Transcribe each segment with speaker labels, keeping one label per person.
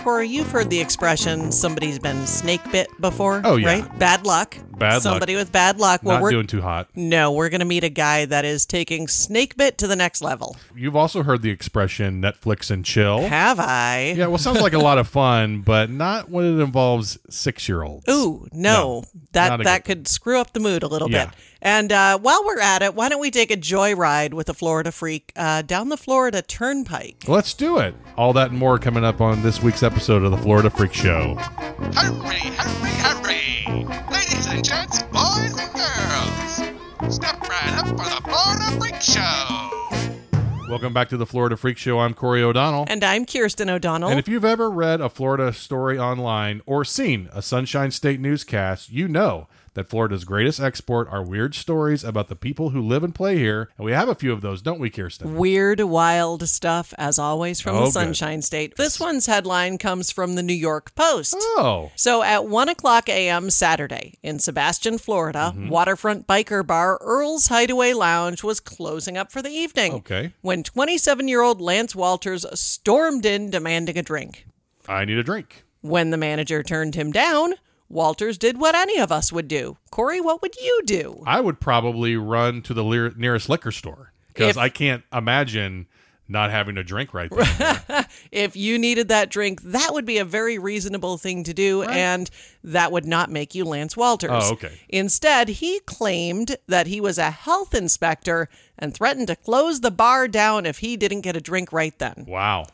Speaker 1: Tori, you've heard the expression "somebody's been snake bit" before.
Speaker 2: Oh, yeah.
Speaker 1: right? Bad luck.
Speaker 2: Bad luck.
Speaker 1: Somebody with bad luck. Well,
Speaker 2: Not
Speaker 1: we're
Speaker 2: doing too hot.
Speaker 1: no, we're gonna meet a guy that is taking snake bit to the next level.
Speaker 2: You've also heard the expression Netflix and chill.
Speaker 1: Have I?
Speaker 2: Yeah, well, sounds like a lot of fun, but not when it involves six year olds.
Speaker 1: Ooh, no,
Speaker 2: not
Speaker 1: that
Speaker 2: a
Speaker 1: that could screw up the mood a little
Speaker 2: Yeah.
Speaker 1: bit. And uh, while we're at it, why don't we take a joyride with a Florida freak uh, down the Florida Turnpike?
Speaker 2: Let's do it. All that and more coming up on this week's episode of the Florida Freak Show.
Speaker 3: Hurry, hurry, hurry! Ladies and gents, boys and girls, step right up for the Florida Freak Show!
Speaker 2: Welcome back to the Florida Freak Show. I'm Corey O'Donnell.
Speaker 1: And I'm Kirsten O'Donnell.
Speaker 2: And if you've ever read a Florida story online or seen a Sunshine State newscast, you know that Florida's greatest export are weird stories about the people who live and play here. And we have a few of those, don't we, Kirsten?
Speaker 1: Weird, wild stuff, as always, from
Speaker 2: Oh,
Speaker 1: the
Speaker 2: good.
Speaker 1: Sunshine State. This one's headline comes from the New York Post.
Speaker 2: Oh.
Speaker 1: So at 1 o'clock a.m. Saturday in Sebastian, Florida, waterfront biker bar Earl's Hideaway Lounge was closing up for the evening.
Speaker 2: Okay.
Speaker 1: When 27 year old Lance Walters stormed in demanding a drink.
Speaker 2: I need a drink.
Speaker 1: When the manager turned him down, Walters did what any of us would do. Corey, what would you do?
Speaker 2: I would probably run to the lear- nearest liquor store because
Speaker 1: If-
Speaker 2: I can't imagine not having a drink right there.
Speaker 1: If you needed that drink, that would be a very reasonable thing to do, and that would not make you Lance Walters.
Speaker 2: Oh, okay.
Speaker 1: Instead, he claimed that he was a health inspector and threatened to close the bar down if he didn't get a drink right then.
Speaker 2: wow.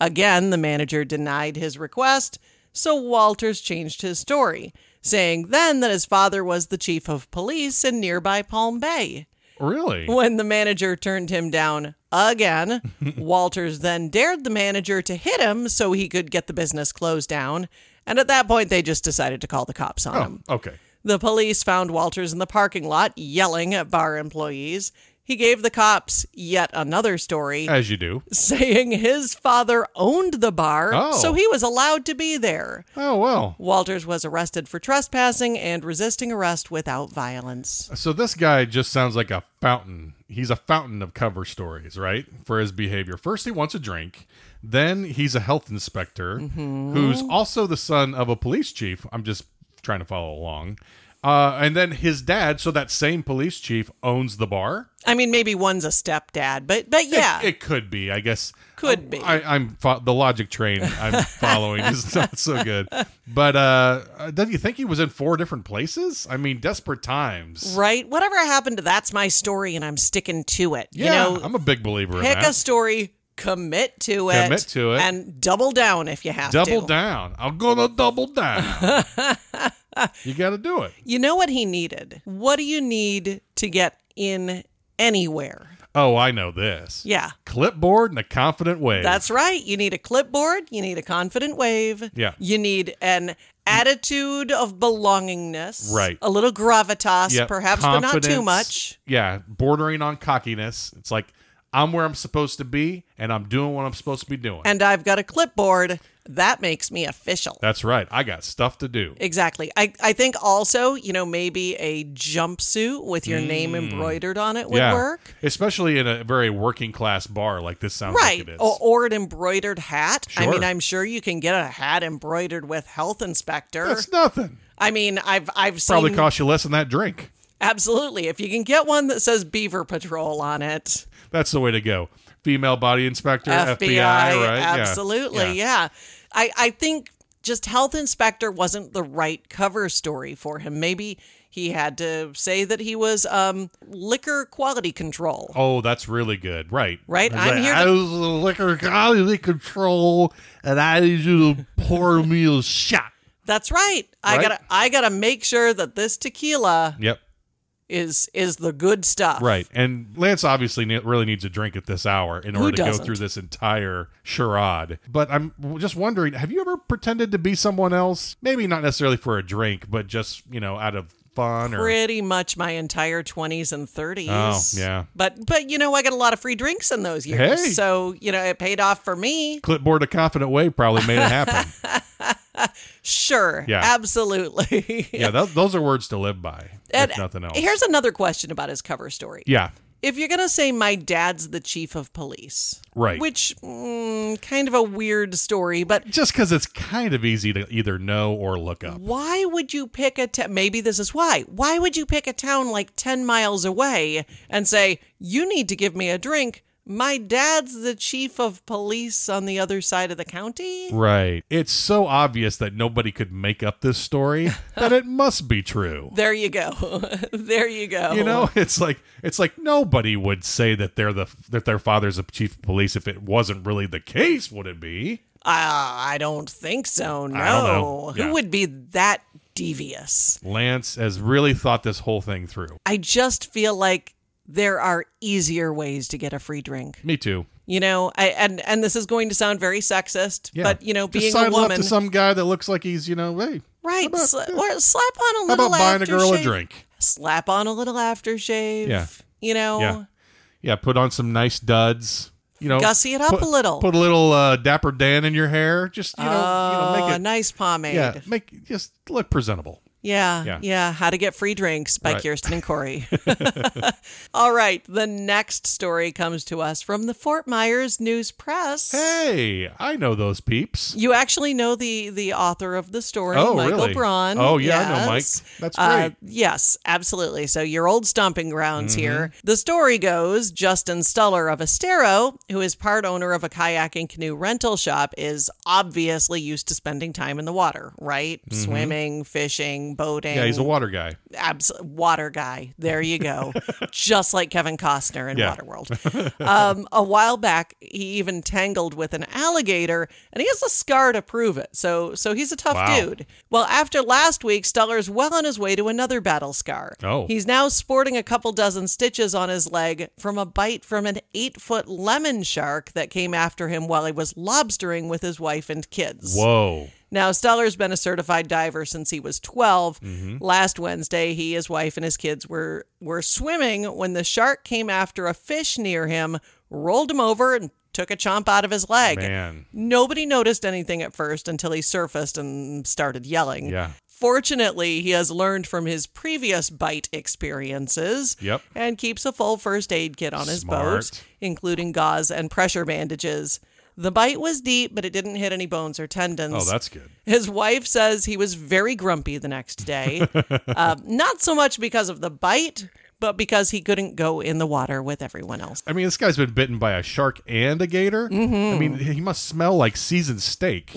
Speaker 1: Again, the manager denied his request, so Walters changed his story, saying then that his father was the chief of police in nearby Palm Bay.
Speaker 2: Really?
Speaker 1: When the manager turned him down again, Walters then dared the manager to hit him so he could get the business closed down. And at that point, they just decided to call the cops on
Speaker 2: Oh,
Speaker 1: him.
Speaker 2: okay.
Speaker 1: The police found Walters in the parking lot yelling at bar employees. He gave the cops yet another story
Speaker 2: As you do.
Speaker 1: saying his father owned the bar,
Speaker 2: Oh.
Speaker 1: so he was allowed to be there.
Speaker 2: Oh, well.
Speaker 1: Walters was arrested for trespassing and resisting arrest without violence.
Speaker 2: So this guy just sounds like a fountain. He's a fountain of cover stories, right? For his behavior. First, he wants a drink. Then he's a health inspector who's also the son of a police chief. I'm just trying to follow along. Uh, and then his dad, so that same police chief owns the bar.
Speaker 1: I mean, maybe one's a stepdad, but but yeah,
Speaker 2: It, it could be, I guess. Oh,
Speaker 1: Could be.
Speaker 2: I, I'm fo- the logic train I'm following is not so good. But uh, uh, don't you think he was in four different places? I mean, desperate times.
Speaker 1: right? Whatever happened to that's my story, and I'm sticking to it.
Speaker 2: Yeah,
Speaker 1: you know,
Speaker 2: I'm a big believer in
Speaker 1: pick
Speaker 2: that.
Speaker 1: a story, commit to it,
Speaker 2: Commit to it.
Speaker 1: and double down if you have
Speaker 2: double
Speaker 1: to.
Speaker 2: down. I'm gonna double down. you got to do it.
Speaker 1: You know what he needed? What do you need to get in anywhere?
Speaker 2: Oh, I know this.
Speaker 1: Yeah.
Speaker 2: Clipboard and a confident way.
Speaker 1: That's right. You need a clipboard. You need a confident wave.
Speaker 2: Yeah.
Speaker 1: You need an attitude of belongingness.
Speaker 2: Right.
Speaker 1: A little gravitas,
Speaker 2: Yep.
Speaker 1: perhaps, but not too
Speaker 2: Confidence.
Speaker 1: much.
Speaker 2: Yeah, bordering on cockiness. It's like I'm where I'm supposed to be, and I'm doing what I'm supposed to be doing.
Speaker 1: And I've got a clipboard. That makes me official.
Speaker 2: That's right. I got stuff to do.
Speaker 1: Exactly. I, I think also, you know, maybe a jumpsuit with your name
Speaker 2: Mm.
Speaker 1: embroidered on it would work.
Speaker 2: Especially in a very working class bar like this sounds
Speaker 1: Right.
Speaker 2: like it is.
Speaker 1: Or, or an embroidered hat. I
Speaker 2: Sure.
Speaker 1: mean, I'm sure you can get a hat embroidered with health inspector.
Speaker 2: That's nothing.
Speaker 1: I mean, I've I've seen
Speaker 2: Probably cost you less than that drink.
Speaker 1: Absolutely. If you can get one that says Beaver Patrol on it,
Speaker 2: That's the way to go. Female body inspector,
Speaker 1: FBI,
Speaker 2: FBI, right? Yeah.
Speaker 1: absolutely, yeah.
Speaker 2: Yeah.
Speaker 1: I, I think just health inspector wasn't the right cover story for him. Maybe he had to say that he was um, liquor quality control.
Speaker 2: Oh, that's really good. Right.
Speaker 1: Right?
Speaker 2: It's
Speaker 1: I'm
Speaker 2: like,
Speaker 1: here to-
Speaker 2: I was the liquor quality control, and I need you to pour me a shot.
Speaker 1: That's right. I
Speaker 2: Right?
Speaker 1: gotta I gotta make sure that this tequila
Speaker 2: Yep.
Speaker 1: is is the good stuff.
Speaker 2: Right. And Lance obviously ne- really needs a drink at this hour in order to go
Speaker 1: doesn't?
Speaker 2: through this entire charade. But I'm w- just wondering have you ever pretended to be someone else? Maybe not necessarily for a drink, but just, you know, out of fun or.
Speaker 1: Pretty much my entire twenties and thirties.
Speaker 2: Oh, yeah.
Speaker 1: But but you know I got a lot of free drinks in those years,
Speaker 2: Hey.
Speaker 1: so you know it paid off for me.
Speaker 2: Clipboard a confident way probably made it happen.
Speaker 1: Sure.
Speaker 2: Yeah.
Speaker 1: Absolutely.
Speaker 2: yeah, tho- those are words to live by,
Speaker 1: And
Speaker 2: if nothing else.
Speaker 1: Here's another question about his cover story.
Speaker 2: yeah.
Speaker 1: if you're going to say my dad's the chief of police,
Speaker 2: Right.
Speaker 1: Which mm, kind of a weird story, but
Speaker 2: Just because it's kind of easy to either know or look up.
Speaker 1: why would you pick a ta- maybe this is why why would you pick a town like 10 miles away and say you need to give me a drink my dad's the chief of police on the other side of the county
Speaker 2: Right. It's so obvious that nobody could make up this story that it must be true.
Speaker 1: there you go there you go
Speaker 2: You know, it's like it's like nobody would say that they're the that their father's a chief of police if it wasn't really the case, would it be?
Speaker 1: Ah, i don't think so no
Speaker 2: don't know. Yeah.
Speaker 1: who would be that devious
Speaker 2: Lance has really thought this whole thing through.
Speaker 1: i just feel like there are easier ways to get a free drink
Speaker 2: Me too.
Speaker 1: you know I, and and this is going to sound very sexist
Speaker 2: Yeah.
Speaker 1: but you know
Speaker 2: Just
Speaker 1: being
Speaker 2: sign
Speaker 1: a woman
Speaker 2: up to some guy that looks like he's you know hey
Speaker 1: Right.
Speaker 2: about-
Speaker 1: sla-
Speaker 2: yeah.
Speaker 1: Or slap on a
Speaker 2: how
Speaker 1: little
Speaker 2: about buying a girl a
Speaker 1: aftershave.
Speaker 2: drink?
Speaker 1: Slap on a little aftershave.
Speaker 2: Yeah.
Speaker 1: You know,
Speaker 2: Yeah. Yeah, put on some nice duds. You know,
Speaker 1: gussy it up
Speaker 2: put,
Speaker 1: a little.
Speaker 2: Put a little uh, Dapper Dan in your hair. Just you know, you know
Speaker 1: oh,
Speaker 2: make
Speaker 1: a
Speaker 2: it
Speaker 1: nice pomade.
Speaker 2: yeah, make just look presentable.
Speaker 1: Yeah,
Speaker 2: Yeah.
Speaker 1: yeah, How to Get Free Drinks by
Speaker 2: Right.
Speaker 1: Kirsten and Corey. All right. The next story comes to us from the Fort Myers News Press.
Speaker 2: Hey, I know those peeps.
Speaker 1: You actually know the the author of the story,
Speaker 2: Oh,
Speaker 1: Michael
Speaker 2: really?
Speaker 1: Braun.
Speaker 2: Oh, yeah, I know Mike. That's
Speaker 1: Uh,
Speaker 2: great. Mm-hmm.
Speaker 1: yes, absolutely. So your old stomping grounds here. The story goes: Justin Stuller of Estero, who is part owner of a kayak and canoe rental shop, is obviously used to spending time in the water, right? Swimming, fishing, boating.
Speaker 2: Mm-hmm. Yeah, he's a water guy.
Speaker 1: abs- water guy. There you go. Just like Kevin Costner in
Speaker 2: Yeah.
Speaker 1: Waterworld. Um, a while back, he even tangled with an alligator, and he has a scar to prove it. So, so he's a tough
Speaker 2: Wow.
Speaker 1: dude. Well, after last week, Stuller's well on his way to another battle scar.
Speaker 2: Oh.
Speaker 1: he's now sporting a couple dozen stitches on his leg from a bite from an eight-foot lemon shark that came after him while he was lobstering with his wife and kids.
Speaker 2: Whoa.
Speaker 1: Now, Steller's been a certified diver since he was 12.
Speaker 2: Mm-hmm.
Speaker 1: Last Wednesday, he, his wife, and his kids were, were swimming when the shark came after a fish near him, rolled him over, and took a chomp out of his leg.
Speaker 2: Man.
Speaker 1: Nobody noticed anything at first until he surfaced and started yelling.
Speaker 2: Yeah.
Speaker 1: Fortunately, he has learned from his previous bite experiences
Speaker 2: Yep.
Speaker 1: and keeps a full first aid kit on his boat,
Speaker 2: Smart.
Speaker 1: including gauze and pressure bandages. The bite was deep, but it didn't hit any bones or tendons.
Speaker 2: Oh, that's good.
Speaker 1: His wife says he was very grumpy the next day, uh, not so much because of the bite, but because he couldn't go in the water with everyone else.
Speaker 2: I mean, this guy's been bitten by a shark and a gator.
Speaker 1: Mm-hmm.
Speaker 2: I mean, he must smell like seasoned steak.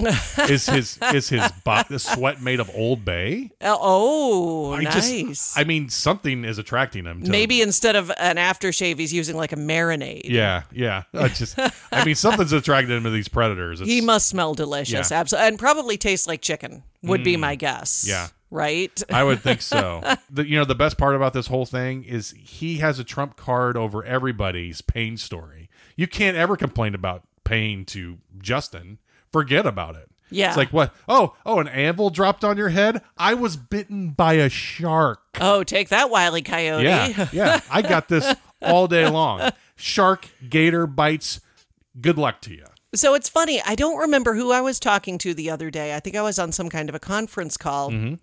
Speaker 2: is his is his bo- the sweat made of Old Bay?
Speaker 1: Uh, Oh,
Speaker 2: I
Speaker 1: nice.
Speaker 2: just I mean, something is attracting him. To
Speaker 1: Maybe instead of an aftershave, he's using like a marinade.
Speaker 2: Yeah, yeah. I just I mean, something's attracting him to these predators. It's,
Speaker 1: He must smell delicious,
Speaker 2: Yeah. Mm.
Speaker 1: absolutely, and probably tastes like chicken. Would be my guess.
Speaker 2: Yeah.
Speaker 1: Right.
Speaker 2: I would think so. The, you know, the best part about this whole thing is he has a trump card over everybody's pain story. You can't ever complain about pain to Justin. Forget about it.
Speaker 1: Yeah.
Speaker 2: It's like what? Oh, oh, an anvil dropped on your head. I was bitten by a shark.
Speaker 1: Oh, take that, wily coyote.
Speaker 2: Yeah, yeah. I got this all day long. Shark, gator bites. Good luck to you.
Speaker 1: So it's funny. I don't remember who I was talking to the other day. I think I was on some kind of a conference call,
Speaker 2: Mm-hmm.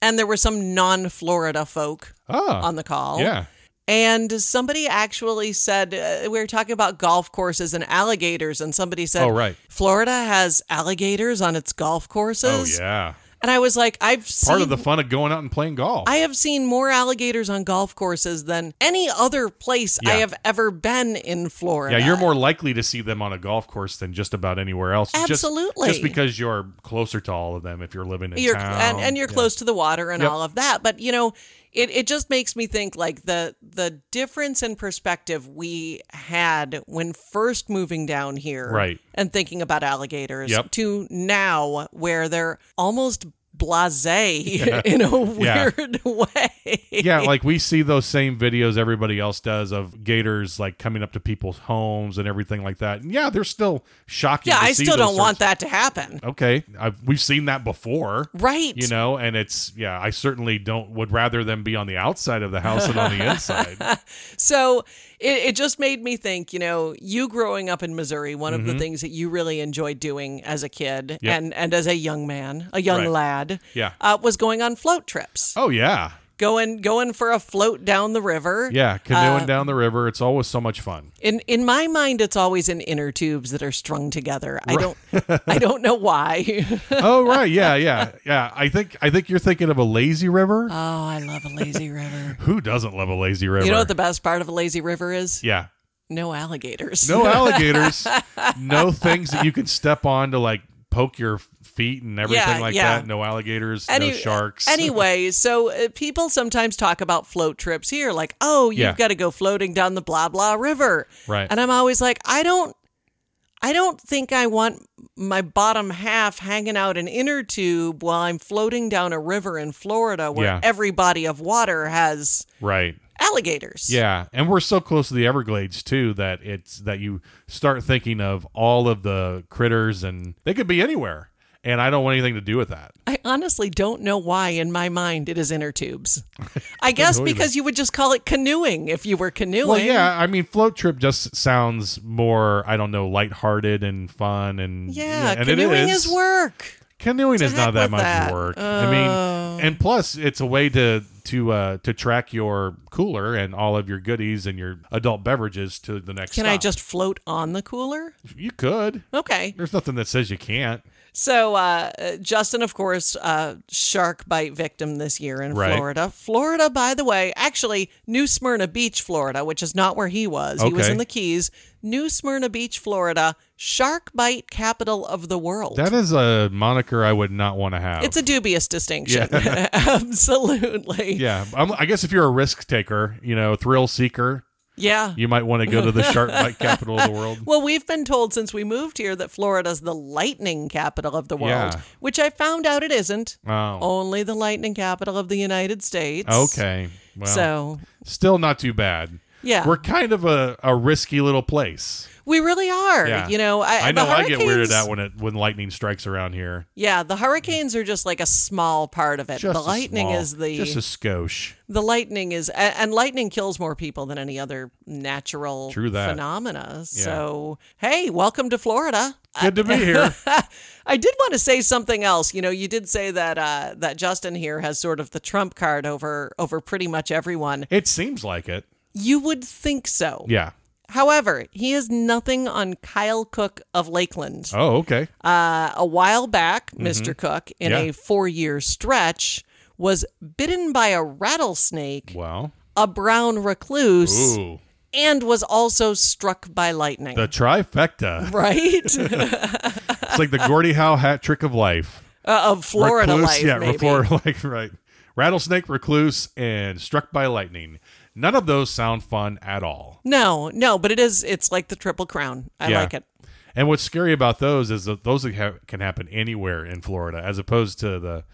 Speaker 1: and there were some non Florida folk
Speaker 2: Oh,
Speaker 1: on the call.
Speaker 2: yeah.
Speaker 1: And somebody actually said, uh, we were talking about golf courses and alligators, and somebody said,
Speaker 2: Oh, right.
Speaker 1: Florida has alligators on its golf
Speaker 2: Oh,
Speaker 1: courses.
Speaker 2: yeah.
Speaker 1: And I was like, I've seen.
Speaker 2: Part of the fun of going out and playing golf.
Speaker 1: I have seen more alligators on golf courses than any other place I
Speaker 2: Yeah.
Speaker 1: have ever been in Florida.
Speaker 2: Yeah, you're more likely to see them on a golf course than just about anywhere else. Just-
Speaker 1: Absolutely.
Speaker 2: Just, because you're closer to all of them if you're living in
Speaker 1: you're
Speaker 2: town.
Speaker 1: and, and you're
Speaker 2: Yeah.
Speaker 1: close to the water and
Speaker 2: Yep.
Speaker 1: all of that but you know it, it just makes me think like the the difference in perspective we had when first moving down here
Speaker 2: Right.
Speaker 1: and thinking about alligators
Speaker 2: Yep.
Speaker 1: to now where they're almost blasé in a
Speaker 2: Yeah.
Speaker 1: weird way
Speaker 2: Yeah, like we see those same videos everybody else does of gators like coming up to people's homes and everything like that. And yeah, they're still shocking.
Speaker 1: yeah
Speaker 2: to
Speaker 1: i
Speaker 2: see
Speaker 1: still
Speaker 2: those
Speaker 1: don't want that
Speaker 2: sorts-
Speaker 1: to happen
Speaker 2: Okay, I've, we've seen that before.
Speaker 1: right
Speaker 2: You know, and it's yeah. I certainly don't. Would rather them be on the outside of the house than on the inside.
Speaker 1: So it, it just made me think, you know, you growing up in Missouri, one of the things that you really enjoyed doing as a kid
Speaker 2: Mm-hmm. Yep.
Speaker 1: and, and as a young man, a young
Speaker 2: Right.
Speaker 1: lad,
Speaker 2: Yeah.
Speaker 1: uh, was going on float trips.
Speaker 2: Oh yeah,
Speaker 1: going going for a float down the river.
Speaker 2: Yeah,
Speaker 1: Uh,
Speaker 2: canoeing down the river. It's always so much fun.
Speaker 1: In in my mind, it's always in inner tubes that are strung together. I don't I don't know why. oh,
Speaker 2: Oh right, yeah, yeah, yeah. I think I think you're thinking of a lazy river.
Speaker 1: Oh, I love a lazy river.
Speaker 2: Who doesn't love a lazy river?
Speaker 1: Uh, You know what the best part of a lazy river is?
Speaker 2: yeah.
Speaker 1: No alligators.
Speaker 2: No alligators. no things that you can step on to like poke your feet and everything
Speaker 1: Yeah,
Speaker 2: like
Speaker 1: yeah.
Speaker 2: that. No alligators.
Speaker 1: Any-
Speaker 2: no sharks.
Speaker 1: Anyway, so uh, people sometimes talk about float trips here, like, oh, you've
Speaker 2: Yeah.
Speaker 1: got to go floating down the blah blah river,
Speaker 2: Right.
Speaker 1: And I'm always like, I don't, I don't think I want my bottom half hanging out an inner tube while I'm floating down a river in Florida where
Speaker 2: Yeah.
Speaker 1: every body of water has
Speaker 2: right.
Speaker 1: alligators.
Speaker 2: Yeah, and we're so close to the Everglades too that it's that you start thinking of all of the critters and they could be anywhere. And I don't want anything to do with that.
Speaker 1: I honestly don't know why in my mind it is inner tubes. I guess
Speaker 2: either.
Speaker 1: because you would just call it canoeing if you were canoeing.
Speaker 2: Well, yeah, I mean, float trip just sounds more, I don't know, lighthearted and fun, and
Speaker 1: Yeah,
Speaker 2: and it
Speaker 1: canoeing
Speaker 2: is.
Speaker 1: is work.
Speaker 2: Canoeing is
Speaker 1: heck
Speaker 2: not that
Speaker 1: with
Speaker 2: much
Speaker 1: that. Oh.
Speaker 2: work. I mean, and plus, it's a way to to uh, to track your cooler and all of your goodies and your adult beverages to the next.
Speaker 1: Can I
Speaker 2: stop.
Speaker 1: just float on the cooler?
Speaker 2: You could.
Speaker 1: Okay.
Speaker 2: There's nothing that says you can't.
Speaker 1: So, uh, uh, Justin, of course, uh, shark bite victim this year in
Speaker 2: Right.
Speaker 1: Florida. Florida, by the way, actually, New Smyrna Beach, Florida, which is not where he was. He was
Speaker 2: Okay.
Speaker 1: in the Keys. New Smyrna Beach, Florida, shark bite capital of the world.
Speaker 2: That is a moniker I would not want to have.
Speaker 1: it's a dubious distinction. Absolutely.
Speaker 2: yeah, I'm, I guess if you're a risk taker, you know, thrill seeker,
Speaker 1: Yeah.
Speaker 2: you might want to go to the shark bite capital of the world.
Speaker 1: Well, we've been told since we moved here that Florida's the lightning capital of the world,
Speaker 2: Yeah.
Speaker 1: which I found out it isn't.
Speaker 2: Oh,
Speaker 1: Only the lightning capital of the United States.
Speaker 2: okay. Well,
Speaker 1: So,
Speaker 2: still not too bad.
Speaker 1: yeah.
Speaker 2: We're kind of a, a risky little place.
Speaker 1: We really are.
Speaker 2: Yeah.
Speaker 1: You know, I,
Speaker 2: I
Speaker 1: Uh, the
Speaker 2: know I get weirded
Speaker 1: hurricanes-
Speaker 2: out when it when lightning strikes around here.
Speaker 1: Yeah, the hurricanes are just like a small part of it.
Speaker 2: Just
Speaker 1: the
Speaker 2: a
Speaker 1: lightning
Speaker 2: small-
Speaker 1: is the
Speaker 2: just a skosh.
Speaker 1: the lightning is a- and lightning kills more people than any other natural
Speaker 2: True that.
Speaker 1: phenomena. So, hey, welcome to Florida.
Speaker 2: Good to be here.
Speaker 1: I did want to say something else. You know, you did say that uh, that Justin here has sort of the trump card over over pretty much everyone.
Speaker 2: it seems like it.
Speaker 1: You would think so.
Speaker 2: Yeah.
Speaker 1: However, he is nothing on Kyle Cook of Lakeland.
Speaker 2: Oh, okay.
Speaker 1: uh, a while back, Mr. Cook, in
Speaker 2: Yeah.
Speaker 1: a four year stretch, was bitten by a rattlesnake,
Speaker 2: Well.
Speaker 1: a brown recluse,
Speaker 2: Ooh.
Speaker 1: and was also struck by lightning.
Speaker 2: The trifecta.
Speaker 1: right?
Speaker 2: It's like the Gordie Howe hat trick of life.
Speaker 1: Uh, of Florida
Speaker 2: recluse,
Speaker 1: life,
Speaker 2: yeah,
Speaker 1: maybe.
Speaker 2: Florida life, right. Rattlesnake, recluse, and struck by lightning. None of those sound fun at all.
Speaker 1: No, no, but it is. It's like the Triple Crown. I
Speaker 2: Yeah.
Speaker 1: like it.
Speaker 2: And what's scary about those is that those ha- can happen anywhere in Florida, as opposed to the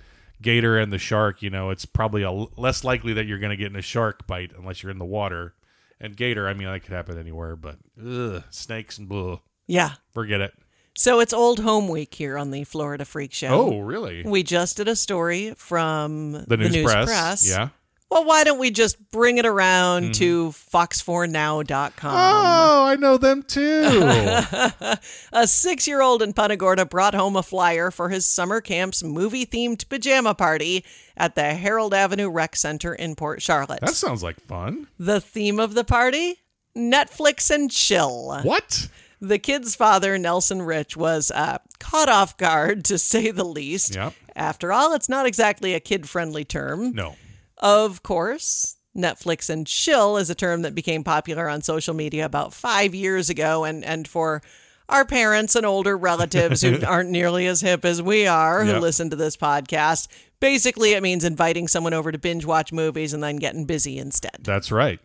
Speaker 2: gator and the shark. You know, it's probably a l- less likely that you're going to get in a shark bite unless you're in the water. And gator, I mean, that could happen anywhere, but ugh, snakes and blah,
Speaker 1: Yeah.
Speaker 2: forget it.
Speaker 1: So it's old home week here on the Florida Freak Show.
Speaker 2: Oh, really?
Speaker 1: We just did a story from
Speaker 2: The news, press.
Speaker 1: Press.
Speaker 2: Yeah.
Speaker 1: Well, why don't we just bring it around to fox4now.com?
Speaker 2: Oh, I know them too.
Speaker 1: A six year old in Punagorda brought home a flyer for his summer camp's movie themed pajama party at the Harold Avenue Rec Center in Port Charlotte.
Speaker 2: that sounds like fun.
Speaker 1: the theme of the party? Netflix and chill.
Speaker 2: What?
Speaker 1: The kid's father, Nelson Rich, was uh, caught off guard, to say the least.
Speaker 2: Yep.
Speaker 1: After all, it's not exactly a kid friendly term.
Speaker 2: No.
Speaker 1: Of course, Netflix and chill is a term that became popular on social media about five years ago. And, and for our parents and older relatives who aren't nearly as hip as we are who
Speaker 2: Yep.
Speaker 1: listen to this podcast, basically it means inviting someone over to binge watch movies and then getting busy instead.
Speaker 2: That's right.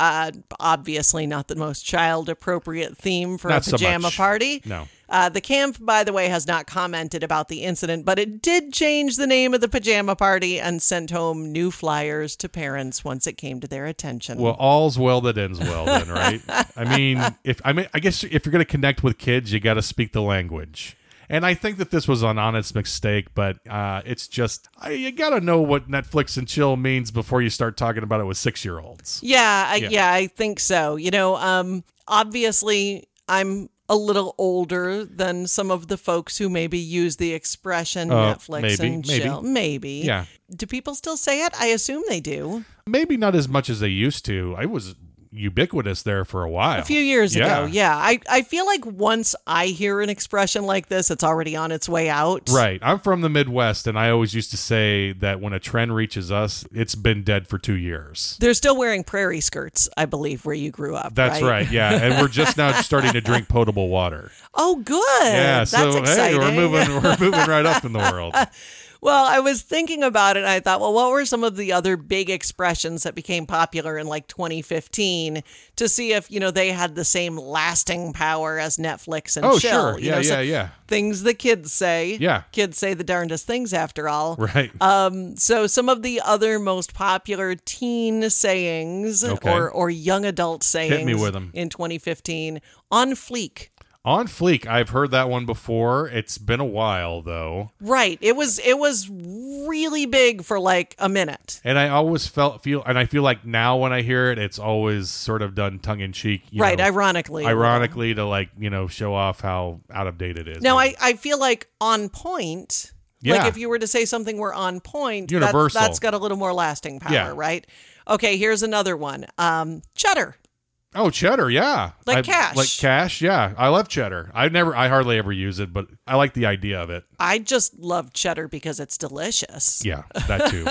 Speaker 1: Uh, obviously, not the most child appropriate theme for
Speaker 2: Not
Speaker 1: a
Speaker 2: so
Speaker 1: pajama
Speaker 2: much.
Speaker 1: party.
Speaker 2: No.
Speaker 1: Uh, the camp, by the way, has not commented about the incident, but it did change the name of the pajama party and sent home new flyers to parents once it came to their attention.
Speaker 2: Well, all's well that ends well, then, right? I mean, if I mean, I guess if you're going to connect with kids, you got to speak the language. And I think that this was an honest mistake, but uh, it's just I, you got to know what Netflix and chill means before you start talking about it with six year olds.
Speaker 1: yeah, I, yeah, I think so. You know, um, obviously, I'm a little older than some of the folks who maybe use the expression
Speaker 2: Uh,
Speaker 1: Netflix
Speaker 2: maybe,
Speaker 1: and
Speaker 2: maybe.
Speaker 1: chill. Maybe.
Speaker 2: Yeah.
Speaker 1: Do people still say it? I assume they do.
Speaker 2: Maybe not as much as they used to. I was ubiquitous there for a while.
Speaker 1: A few years
Speaker 2: Yeah.
Speaker 1: ago. Yeah. I, I feel like once I hear an expression like this, it's already on its way out.
Speaker 2: Right. I'm from the Midwest, and I always used to say that when a trend reaches us, it's been dead for two years.
Speaker 1: They're still wearing prairie skirts, I believe, where you grew up.
Speaker 2: That's
Speaker 1: right.
Speaker 2: right. Yeah. And we're just now starting to drink potable water.
Speaker 1: Oh, good.
Speaker 2: Yeah.
Speaker 1: That's
Speaker 2: so, hey,
Speaker 1: exciting.
Speaker 2: we're moving, we're moving right up in the world.
Speaker 1: Well, I was thinking about it and I thought, well, what were some of the other big expressions that became popular in like 2015 to see if, you know, they had the same lasting power as Netflix and
Speaker 2: Oh,
Speaker 1: chill?
Speaker 2: sure.
Speaker 1: You
Speaker 2: Yeah.
Speaker 1: know,
Speaker 2: yeah.
Speaker 1: so
Speaker 2: yeah.
Speaker 1: Things the kids say.
Speaker 2: Yeah.
Speaker 1: Kids say the darndest things after all.
Speaker 2: Right.
Speaker 1: Um, so some of the other most popular teen sayings
Speaker 2: Okay.
Speaker 1: or, or young adult sayings
Speaker 2: me with 'em.
Speaker 1: in 2015 on fleek.
Speaker 2: On Fleek, I've heard that one before. It's been a while, though.
Speaker 1: Right. It was it was really big for like a minute.
Speaker 2: And I always felt, feel, and I feel like now when I hear it, it's always sort of done tongue in cheek. you
Speaker 1: right,
Speaker 2: know,
Speaker 1: ironically.
Speaker 2: Ironically, to like, you know, show off how out of date it is.
Speaker 1: Now I, I feel like on point.
Speaker 2: Yeah.
Speaker 1: Like if you were to say something we're on point, that's-
Speaker 2: Universal.
Speaker 1: that's got a little more lasting power,
Speaker 2: Yeah.
Speaker 1: right? Okay, here's another one. Um, cheddar.
Speaker 2: Oh, cheddar, yeah.
Speaker 1: Like
Speaker 2: I-
Speaker 1: cash.
Speaker 2: Like cash, yeah. I love cheddar. I never I hardly ever use it, but I like the idea of it.
Speaker 1: I just love cheddar because it's delicious.
Speaker 2: Yeah, that too.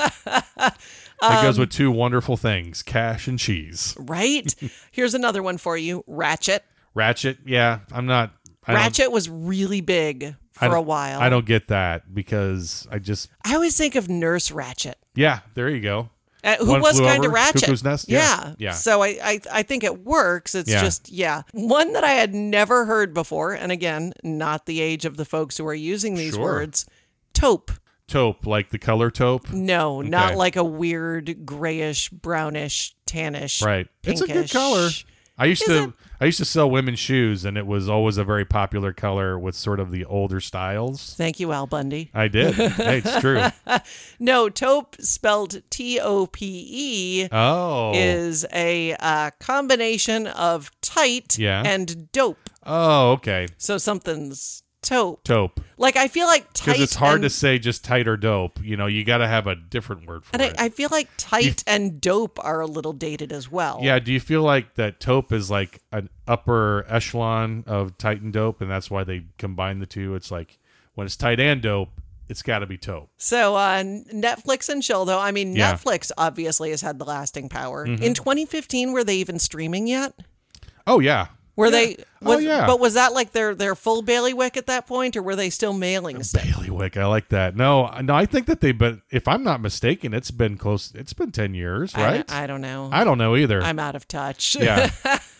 Speaker 2: it
Speaker 1: Um,
Speaker 2: goes with two wonderful things, cash and cheese.
Speaker 1: Right? here's another one for you. Ratchet.
Speaker 2: Ratchet, yeah. I'm not I don't-
Speaker 1: Ratchet was really big
Speaker 2: I
Speaker 1: for a
Speaker 2: don't-
Speaker 1: while.
Speaker 2: I don't get that because I just
Speaker 1: I always think of Nurse Ratchet.
Speaker 2: yeah, there you go.
Speaker 1: Uh, who
Speaker 2: One
Speaker 1: was
Speaker 2: Flew
Speaker 1: kind of
Speaker 2: Over
Speaker 1: ratchet?
Speaker 2: Cuckoo's Nest?
Speaker 1: Yeah.
Speaker 2: Yeah. Yeah.
Speaker 1: So I, I I think it works. It's
Speaker 2: Yeah.
Speaker 1: just yeah, one that I had never heard before, and again, not the age of the folks who are using these
Speaker 2: Sure.
Speaker 1: words. Taupe.
Speaker 2: Taupe, like the color taupe.
Speaker 1: No, not
Speaker 2: Okay.
Speaker 1: like a weird grayish, brownish, tannish.
Speaker 2: Right. It's a good
Speaker 1: pinkish.
Speaker 2: color. I used to
Speaker 1: it?
Speaker 2: I used to sell women's shoes and it was always a very popular color with sort of the older styles.
Speaker 1: Thank you, Al Bundy.
Speaker 2: I did. hey, it's true.
Speaker 1: No, taupe spelled T O P E
Speaker 2: Oh.
Speaker 1: is a uh, combination of tight
Speaker 2: Yeah.
Speaker 1: and dope.
Speaker 2: Oh, okay.
Speaker 1: So something's taupe.
Speaker 2: Taupe.
Speaker 1: Like I feel like tight.
Speaker 2: Because it's hard
Speaker 1: and,
Speaker 2: to say just tight or dope. You know, you got to have a different word for
Speaker 1: And I,
Speaker 2: it.
Speaker 1: I feel like tight and dope are a little dated as well.
Speaker 2: yeah. Do you feel like that taupe is like an upper echelon of tight and dope, and that's why they combine the two? It's like when it's tight and dope, it's got to be taupe.
Speaker 1: So uh, Netflix and chill though. I mean,
Speaker 2: Yeah. Mm-hmm.
Speaker 1: Netflix obviously has had the lasting power. In 2015, were they even streaming yet?
Speaker 2: Oh yeah.
Speaker 1: Were they?
Speaker 2: Oh,
Speaker 1: was-
Speaker 2: yeah.
Speaker 1: But was that like their their full bailiwick at that point, or were they still mailing stuff?
Speaker 2: Bailiwick, I like that. No, no, I think that they. But if I'm not mistaken, it's been close. It's been ten years,
Speaker 1: I-
Speaker 2: right?
Speaker 1: I, don't know.
Speaker 2: I don't know either.
Speaker 1: I'm out of touch.
Speaker 2: Yeah.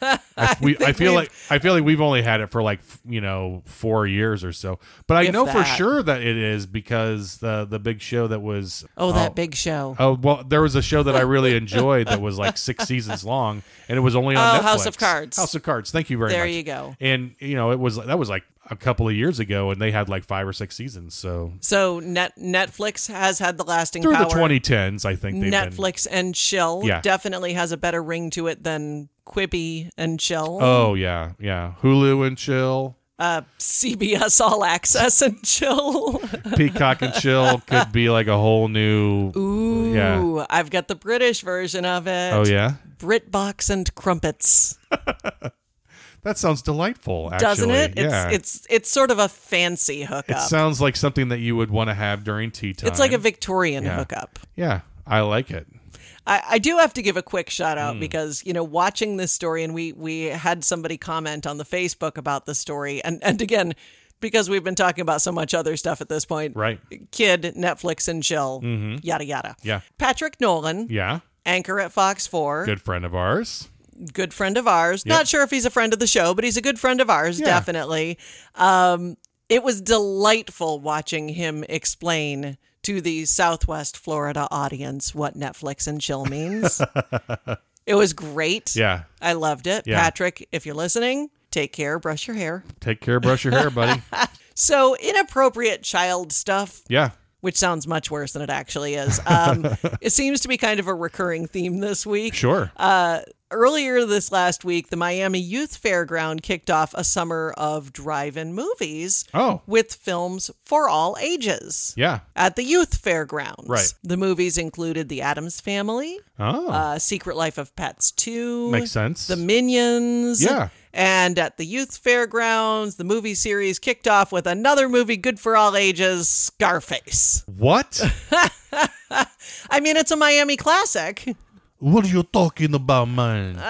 Speaker 2: I, we, I
Speaker 1: think
Speaker 2: feel
Speaker 1: we've-
Speaker 2: like I feel like we've only had it for like f- you know four years or so, but I
Speaker 1: If
Speaker 2: know for
Speaker 1: that.
Speaker 2: sure that it is because the the big show that was
Speaker 1: oh, that big show.
Speaker 2: oh well there was a show that I really enjoyed that was like six seasons long and it was only on
Speaker 1: Oh, House
Speaker 2: Netflix.
Speaker 1: of Cards.
Speaker 2: House of Cards thank you very
Speaker 1: there
Speaker 2: much
Speaker 1: you go.
Speaker 2: and you know it was that was like a couple of years ago and they had like five or six seasons so
Speaker 1: So net Netflix has had the lasting
Speaker 2: through
Speaker 1: power.
Speaker 2: the 2010s I think they've been
Speaker 1: Netflix and Chill
Speaker 2: Yeah.
Speaker 1: definitely has a better ring to it than Quibi and Chill.
Speaker 2: oh yeah yeah Hulu and chill
Speaker 1: Uh, CBS All Access and Chill.
Speaker 2: Peacock and chill could be like a whole new
Speaker 1: Ooh,
Speaker 2: Yeah.
Speaker 1: I've got the British version of it.
Speaker 2: oh yeah.
Speaker 1: BritBox and Crumpets.
Speaker 2: That sounds delightful, actually.
Speaker 1: Doesn't it?
Speaker 2: Yeah. uh,
Speaker 1: It's it's it's sort of a fancy
Speaker 2: it
Speaker 1: hookup.
Speaker 2: sounds like something that you would want to have during tea time.
Speaker 1: it's like a Victorian
Speaker 2: Yeah.
Speaker 1: hookup.
Speaker 2: Yeah, I like it.
Speaker 1: I, I do have to give a quick shout
Speaker 2: Hmm.
Speaker 1: out because you know watching this story and we we had somebody comment on the Facebook about the story and and again because we've been talking about so much other stuff at this point
Speaker 2: Right. Mm-hmm.
Speaker 1: kid Netflix and chill yada yada
Speaker 2: Yeah.
Speaker 1: Patrick Nolan
Speaker 2: Yeah.
Speaker 1: anchor at Fox Four
Speaker 2: Good friend of ours.
Speaker 1: good friend of ours. Not sure if he's a friend of the show, but he's a good friend of ours,
Speaker 2: Yeah.
Speaker 1: definitely. Um, it was delightful watching him explain to the Southwest Florida audience what Netflix and chill means. it was great.
Speaker 2: Yeah.
Speaker 1: I loved it.
Speaker 2: Yeah.
Speaker 1: Patrick, if you're listening, take care, brush your hair.
Speaker 2: Take care, brush your hair, buddy.
Speaker 1: So, inappropriate child stuff
Speaker 2: Yeah.
Speaker 1: which sounds much worse than it actually is. Um, it seems to be kind of a recurring theme this week.
Speaker 2: Sure.
Speaker 1: Uh, Earlier this last week, the Miami Youth Fairground kicked off a summer of drive in movies
Speaker 2: Oh,
Speaker 1: with films for all ages
Speaker 2: yeah.
Speaker 1: at the Youth Fairgrounds.
Speaker 2: Right.
Speaker 1: The movies included The Addams Family,
Speaker 2: Oh,
Speaker 1: uh, Secret Life of Pets 2,
Speaker 2: makes sense.
Speaker 1: The Minions.
Speaker 2: Yeah.
Speaker 1: And at the Youth Fairgrounds, the movie series kicked off with another movie good for all ages, Scarface.
Speaker 2: what?
Speaker 1: I mean, it's a Miami classic.
Speaker 2: what are you talking about, man?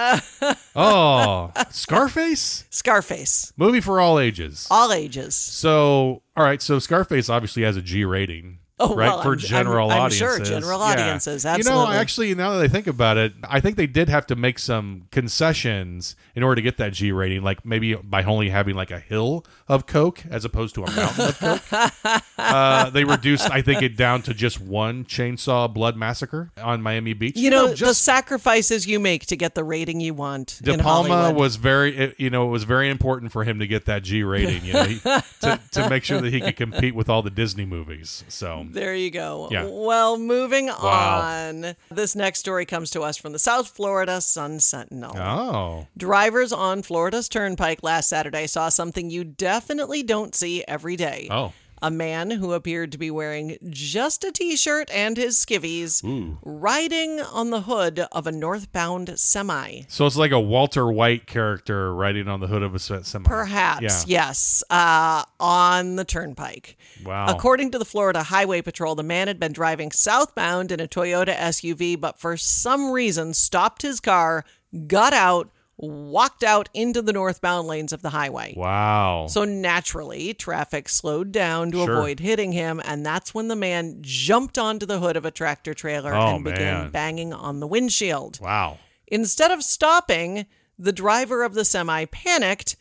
Speaker 2: oh, Scarface
Speaker 1: Scarface,
Speaker 2: movie for all ages.
Speaker 1: all ages.
Speaker 2: So, all right. So Scarface obviously has a G rating.
Speaker 1: Oh,
Speaker 2: right
Speaker 1: well,
Speaker 2: for
Speaker 1: I'm-
Speaker 2: general
Speaker 1: I'm- I'm
Speaker 2: audiences.
Speaker 1: sure general audiences,
Speaker 2: You
Speaker 1: absolutely.
Speaker 2: know, actually, now that I think about it, I think they did have to make some concessions in order to get that G rating. Like maybe by only having like a hill of Coke as opposed to a mountain of Coke. Uh, they reduced, I think, it down to just one chainsaw blood massacre on Miami Beach.
Speaker 1: You know, the
Speaker 2: just
Speaker 1: sacrifices you make to get the rating you want
Speaker 2: De
Speaker 1: in
Speaker 2: Palma
Speaker 1: Hollywood.
Speaker 2: was very, it- you know, it was very important for him to get that G rating, you know, he- to, to make sure that he could compete with all the Disney movies. So
Speaker 1: There you go.
Speaker 2: Yeah.
Speaker 1: Well, moving
Speaker 2: Wow.
Speaker 1: on. This next story comes to us from the South Florida Sun Sentinel.
Speaker 2: Oh,
Speaker 1: Drivers on Florida's Turnpike last Saturday saw something you definitely don't see every day.
Speaker 2: oh,
Speaker 1: A man who appeared to be wearing just a t shirt and his skivvies
Speaker 2: ooh.
Speaker 1: riding on the hood of a northbound semi.
Speaker 2: So it's like a Walter White character riding on the hood of a se- semi.
Speaker 1: Perhaps, yes, uh, on the turnpike.
Speaker 2: Wow.
Speaker 1: According to the Florida Highway Patrol, the man had been driving southbound in a Toyota SUV, but for some reason stopped his car, got out, walked out into the northbound lanes of the highway.
Speaker 2: wow.
Speaker 1: So naturally, traffic slowed down to
Speaker 2: Sure.
Speaker 1: avoid hitting him, and that's when the man jumped onto the hood of a tractor trailer
Speaker 2: Oh,
Speaker 1: and began
Speaker 2: man.
Speaker 1: banging on the windshield.
Speaker 2: wow.
Speaker 1: Instead of stopping, the driver of the semi panicked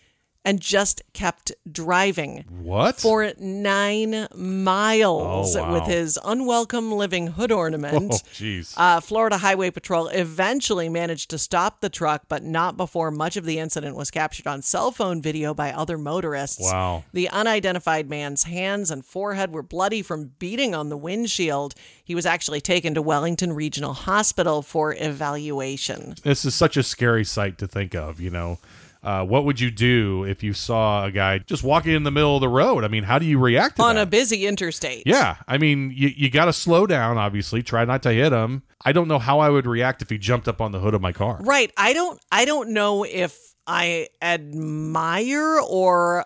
Speaker 1: and just kept driving
Speaker 2: What?
Speaker 1: for nine miles
Speaker 2: Oh, wow.
Speaker 1: with his unwelcome living hood ornament.
Speaker 2: oh, jeez.
Speaker 1: Uh, Florida Highway Patrol eventually managed to stop the truck, but not before much of the incident was captured on cell phone video by other motorists.
Speaker 2: wow.
Speaker 1: The unidentified man's hands and forehead were bloody from beating on the windshield. He was actually taken to Wellington Regional Hospital for evaluation.
Speaker 2: This is such a scary sight to think of, you know. Uh, what would you do if you saw a guy just walking in the middle of the road? I mean, how do you react to
Speaker 1: On
Speaker 2: that?
Speaker 1: a busy interstate.
Speaker 2: yeah, I mean, you, you got to slow down, obviously. Try not to hit him. I don't know how I would react if he jumped up on the hood of my car.
Speaker 1: Right. I don't I don't know if I admire or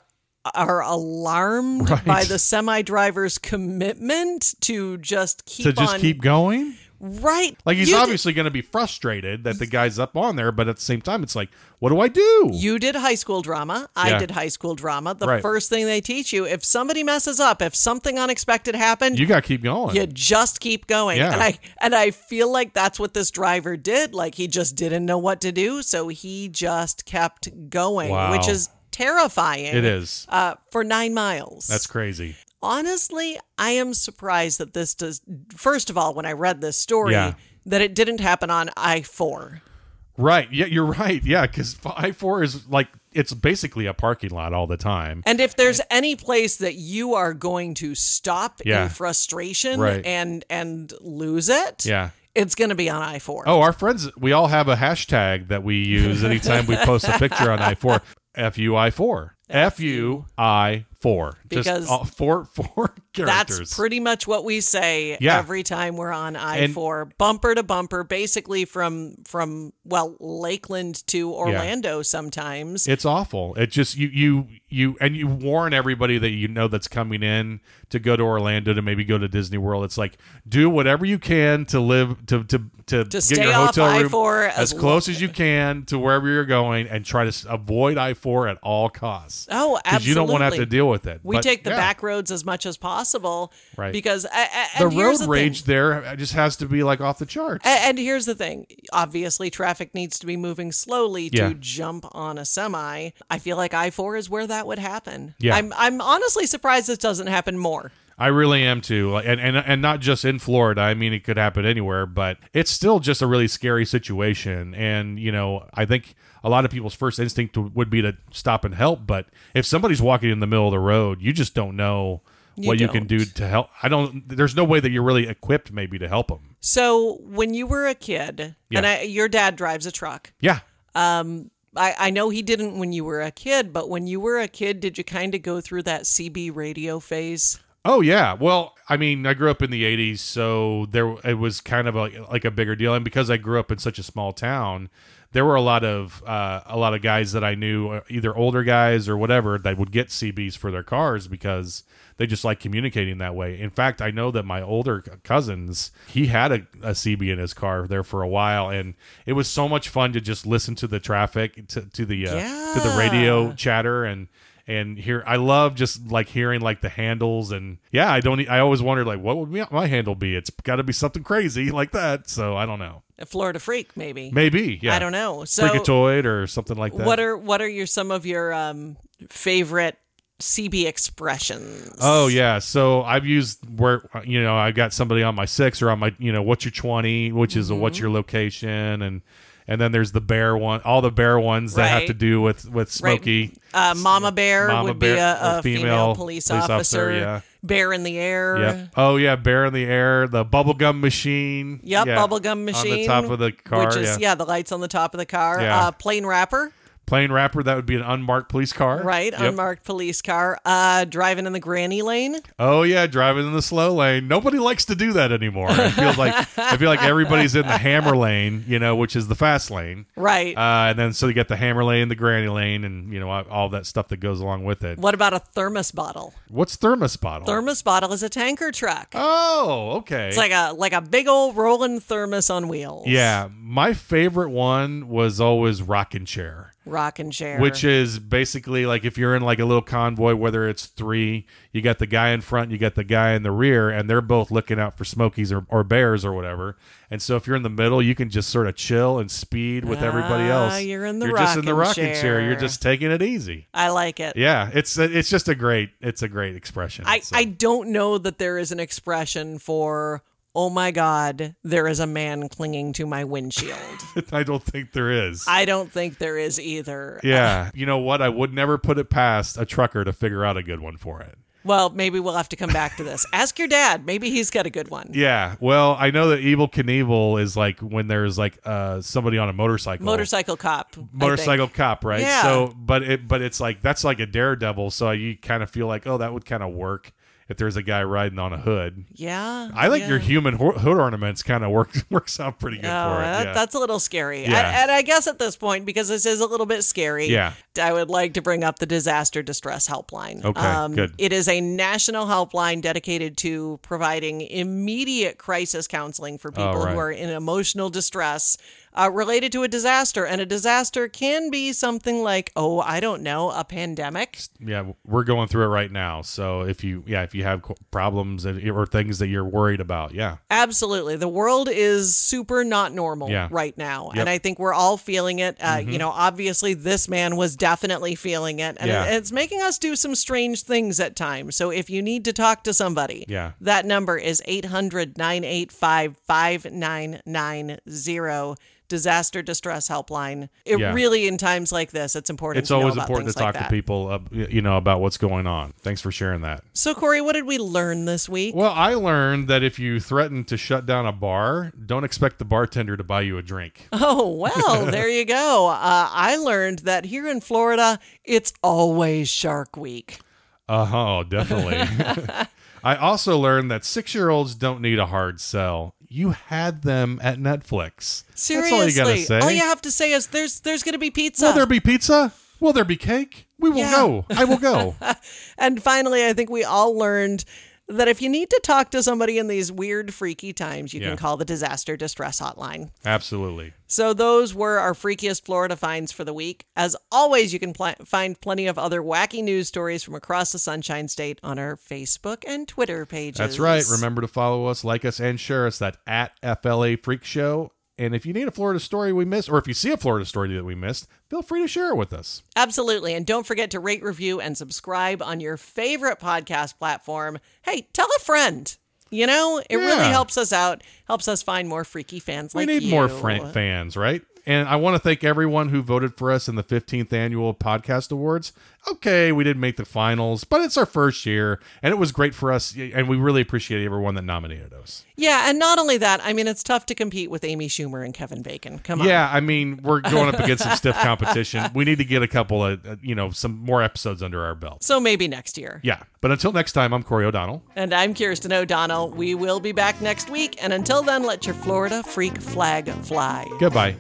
Speaker 1: are alarmed
Speaker 2: Right.
Speaker 1: by the semi driver's commitment to just keep
Speaker 2: To just
Speaker 1: on
Speaker 2: keep going?
Speaker 1: right.
Speaker 2: Like, he's
Speaker 1: you did-
Speaker 2: obviously going to be frustrated that the guy's up on there, but at the same time, it's like, what do I do?
Speaker 1: you did high school drama. I
Speaker 2: Yeah.
Speaker 1: did high school drama. The
Speaker 2: Right.
Speaker 1: first thing they teach you, if somebody messes up, if something unexpected happened,
Speaker 2: you got to keep going.
Speaker 1: you just keep going.
Speaker 2: Yeah.
Speaker 1: And I and I feel like that's what this driver did. Like he just didn't know what to do, so he just kept going,
Speaker 2: Wow.
Speaker 1: which is terrifying.
Speaker 2: It is.
Speaker 1: Uh, for nine miles.
Speaker 2: That's crazy.
Speaker 1: honestly, I am surprised that this does. First of all, when I read this story,
Speaker 2: Yeah.
Speaker 1: that it didn't happen on I four.
Speaker 2: Right. Yeah, you're right. Yeah, because I four is like it's basically a parking lot all the time.
Speaker 1: And if there's any place that you are going to stop
Speaker 2: Yeah.
Speaker 1: in frustration
Speaker 2: Right.
Speaker 1: and and lose it,
Speaker 2: Yeah.
Speaker 1: it's going to be on I four.
Speaker 2: Oh, our friends, we all have a hashtag that we use anytime we post a picture on I four. F U I four. F U I four.
Speaker 1: Because
Speaker 2: Just all, four four characters.
Speaker 1: That's pretty much what we say
Speaker 2: Yeah.
Speaker 1: every time we're on I
Speaker 2: And-
Speaker 1: four, bumper to bumper, basically from from well Lakeland to Orlando. Sometimes
Speaker 2: It's awful. It just you you you and you warn everybody that you know that's coming in to go to Orlando to maybe go to Disney World. It's like do whatever you can to live to to to, get
Speaker 1: stay
Speaker 2: your
Speaker 1: off
Speaker 2: hotel room
Speaker 1: I-4 as
Speaker 2: as close as you can to wherever you're going and try to s- avoid I four at all costs.
Speaker 1: Oh,
Speaker 2: 'Cause you don't want to have to
Speaker 1: absolutely.
Speaker 2: deal with it.
Speaker 1: we
Speaker 2: But,
Speaker 1: take the
Speaker 2: yeah,
Speaker 1: back roads as much as possible
Speaker 2: Right.
Speaker 1: because a- a-
Speaker 2: The
Speaker 1: and here's
Speaker 2: road
Speaker 1: the
Speaker 2: rage
Speaker 1: thing.
Speaker 2: there just has to be like off the charts.
Speaker 1: A- and here's the thing obviously traffic needs to be moving slowly to
Speaker 2: Yeah.
Speaker 1: jump on a semi i feel like i4 is where that would happen
Speaker 2: Yeah.
Speaker 1: i'm i'm honestly surprised this doesn't happen more
Speaker 2: I really am too, Like, and and and not just in Florida. I mean, it could happen anywhere, but it's still just a really scary situation. And you know, I think a lot of people's first instinct would be to stop and help, but if somebody's walking in the middle of the road, you just don't know
Speaker 1: You
Speaker 2: what you
Speaker 1: don't.
Speaker 2: can do to help. I don't. There's no way that you're really equipped, maybe, to help them.
Speaker 1: So when you were a kid, and
Speaker 2: Yeah.
Speaker 1: I, your dad drives a truck.
Speaker 2: Yeah.
Speaker 1: I, I know he didn't when you were a kid, but when you were a kid, did you kind of go through that CB radio phase?
Speaker 2: Oh yeah. Well, I mean, I grew up in the '80s, so there it was kind of a, like a bigger deal, and because I grew up in such a small town, there were a lot of uh, a lot of guys that I knew, uh, either older guys or whatever, that would get CBs for their cars because they just like communicating that way. In fact, I know that my older c- cousins, he had a, a CB in his car there for a while, and it was so much fun to just listen to the traffic, to, to the uh, to the radio
Speaker 1: Yeah.
Speaker 2: chatter and and here I love just like hearing like the handles and yeah I don't e, I always wondered like what would my my handle be it's got to be something crazy like that so I don't know
Speaker 1: A Florida freak, maybe.
Speaker 2: maybe yeah
Speaker 1: I don't know. So
Speaker 2: Freakatoid or something like that
Speaker 1: what are what are your some of your um, favorite CB expressions?
Speaker 2: Oh yeah, so I've used where you know I got somebody on my six or on my you know what's your twenty, which is a,
Speaker 1: Mm-hmm.
Speaker 2: what's your location, and and then there's the bear one, all the bear ones that have
Speaker 1: Right.
Speaker 2: to do with with Smokey.
Speaker 1: Uh, Mama Bear
Speaker 2: Mama
Speaker 1: would
Speaker 2: Bear,
Speaker 1: be a, a
Speaker 2: a
Speaker 1: female,
Speaker 2: female
Speaker 1: police,
Speaker 2: police
Speaker 1: officer.
Speaker 2: officer, yeah.
Speaker 1: Bear in the air.
Speaker 2: Yep. Oh yeah, bear in the air, the bubblegum machine.
Speaker 1: Yep,
Speaker 2: yeah,
Speaker 1: bubblegum machine.
Speaker 2: on the top of the car.
Speaker 1: Which is,
Speaker 2: yeah.
Speaker 1: the lights on the top of the car.
Speaker 2: Yeah.
Speaker 1: Uh, plane wrapper,
Speaker 2: Plane wrapper. That would be an unmarked police car.
Speaker 1: right?
Speaker 2: Yep.
Speaker 1: Unmarked police car. Uh, driving in the granny lane.
Speaker 2: Oh yeah, driving in the slow lane. Nobody likes to do that anymore. It feels like I feel like everybody's in the hammer lane, you know, which is the fast lane.
Speaker 1: Right.
Speaker 2: Uh, and then so you got the hammer lane, the granny lane, and you know all that stuff that goes along with it.
Speaker 1: what about a thermos bottle?
Speaker 2: What's thermos bottle?
Speaker 1: Thermos bottle is a tanker truck.
Speaker 2: Oh, okay.
Speaker 1: It's like a like a big old rolling thermos on wheels.
Speaker 2: yeah, my favorite one was always rocking chair.
Speaker 1: Rocking chair.
Speaker 2: Which is basically like if you're in like a little convoy, whether it's three, you got the guy in front, you got the guy in the rear, and they're both looking out for smokies or, or bears or whatever. And so if you're in the middle, you can just sort of chill and speed with everybody
Speaker 1: Ah,
Speaker 2: else.
Speaker 1: you're in the
Speaker 2: just in the
Speaker 1: rocking
Speaker 2: rocking chair. You're
Speaker 1: chair.
Speaker 2: just taking it easy.
Speaker 1: I like it.
Speaker 2: Yeah, it's it's just a great it's a great expression.
Speaker 1: I,
Speaker 2: So-
Speaker 1: I don't know that there is an expression for oh my god, there is a man clinging to my windshield.
Speaker 2: I don't think there is.
Speaker 1: I don't think there is either. Uh,
Speaker 2: yeah, you know what? I would never put it past a trucker to figure out a good one for it.
Speaker 1: Well, maybe we'll have to come back to this. Ask your dad. Maybe he's got a good one.
Speaker 2: Yeah, well, I know that Evil Knievel is like when there's like uh somebody on a motorcycle,
Speaker 1: Motorcycle cop. I think.
Speaker 2: motorcycle cop, right?
Speaker 1: Yeah.
Speaker 2: So, but it but it's like that's like a daredevil, so you kind of feel like oh that would kind of work if there's a guy riding on a hood.
Speaker 1: Yeah.
Speaker 2: I think
Speaker 1: yeah.
Speaker 2: your human ho- hood ornaments kind of works works out pretty good
Speaker 1: Oh,
Speaker 2: for it.
Speaker 1: that,
Speaker 2: yeah.
Speaker 1: that's a little scary.
Speaker 2: Yeah.
Speaker 1: I, and I guess at this point, because this is a little bit scary,
Speaker 2: Yeah.
Speaker 1: I would like to bring up the Disaster Distress Helpline. Um,
Speaker 2: Okay, good.
Speaker 1: It is a national helpline dedicated to providing immediate crisis counseling for people
Speaker 2: right.
Speaker 1: who are in emotional distress uh, related to a disaster. And a disaster can be something like, oh, I don't know, a pandemic.
Speaker 2: yeah we're going through it right now so if you yeah if you have qu- problems and, or things that you're worried about yeah
Speaker 1: Absolutely. The world is super not normal
Speaker 2: Yeah.
Speaker 1: right now.
Speaker 2: Yep. Mm-hmm.
Speaker 1: And I think we're all feeling it. Uh, You know, obviously, this man was definitely feeling it. And
Speaker 2: Yeah.
Speaker 1: it- it's making us do some strange things at times. So if you need to talk to somebody,
Speaker 2: Yeah.
Speaker 1: that number is 800 985 5990. Disaster Distress Helpline. It
Speaker 2: Yeah.
Speaker 1: really, in times like this, it's important
Speaker 2: it's
Speaker 1: to know
Speaker 2: always
Speaker 1: about
Speaker 2: important to
Speaker 1: things
Speaker 2: talk
Speaker 1: like that.
Speaker 2: to people uh, y- you know about what's going on thanks for sharing that
Speaker 1: So, Corey, what did we learn this week?
Speaker 2: well i learned that if you threaten to shut down a bar don't expect the bartender to buy you a drink
Speaker 1: Oh, well, there you go. Uh, I learned that here in Florida, it's always Shark Week.
Speaker 2: uh-huh definitely i also learned that six-year-olds don't need a hard sell you had them at netflix
Speaker 1: Seriously, Oh,
Speaker 2: that's all you gotta say
Speaker 1: have to say is there's there's going to be pizza.
Speaker 2: will there be pizza will there be cake we will
Speaker 1: Yeah.
Speaker 2: go i will go
Speaker 1: and finally, I think we all learned that if you need to talk to somebody in these weird, freaky times, you
Speaker 2: Yeah.
Speaker 1: can call the disaster distress hotline.
Speaker 2: absolutely
Speaker 1: So those were our freakiest Florida finds for the week. As always, you can pl- find plenty of other wacky news stories from across the Sunshine State on our Facebook and Twitter pages.
Speaker 2: That's right. Remember to follow us, like us, and share us. That at FLA Freak Show. And if you need a Florida story we missed, or if you see a Florida story that we missed, feel free to share it with us.
Speaker 1: Absolutely. And don't forget to rate, review, and subscribe on your favorite podcast platform. Hey, tell a friend. You know, it really
Speaker 2: Yeah.
Speaker 1: helps us out, helps us find more freaky fans
Speaker 2: We
Speaker 1: like
Speaker 2: need
Speaker 1: you.
Speaker 2: more fran- fans, right? And I want to thank everyone who voted for us in the 15th annual podcast awards. Okay, we didn't make the finals, but it's our first year and it was great for us. And we really appreciate everyone that nominated us.
Speaker 1: Yeah, and not only that, I mean, it's tough to compete with Amy Schumer and Kevin Bacon. Come on.
Speaker 2: Yeah, I mean, we're going up against some stiff competition. We need to get a couple of, uh, you know, some more episodes under our belt.
Speaker 1: So maybe next year.
Speaker 2: Yeah. But until next time, I'm Corey O'Donnell.
Speaker 1: And I'm Kirsten O'Donnell. We will be back next week. And until then, let your Florida freak flag fly.
Speaker 2: Goodbye.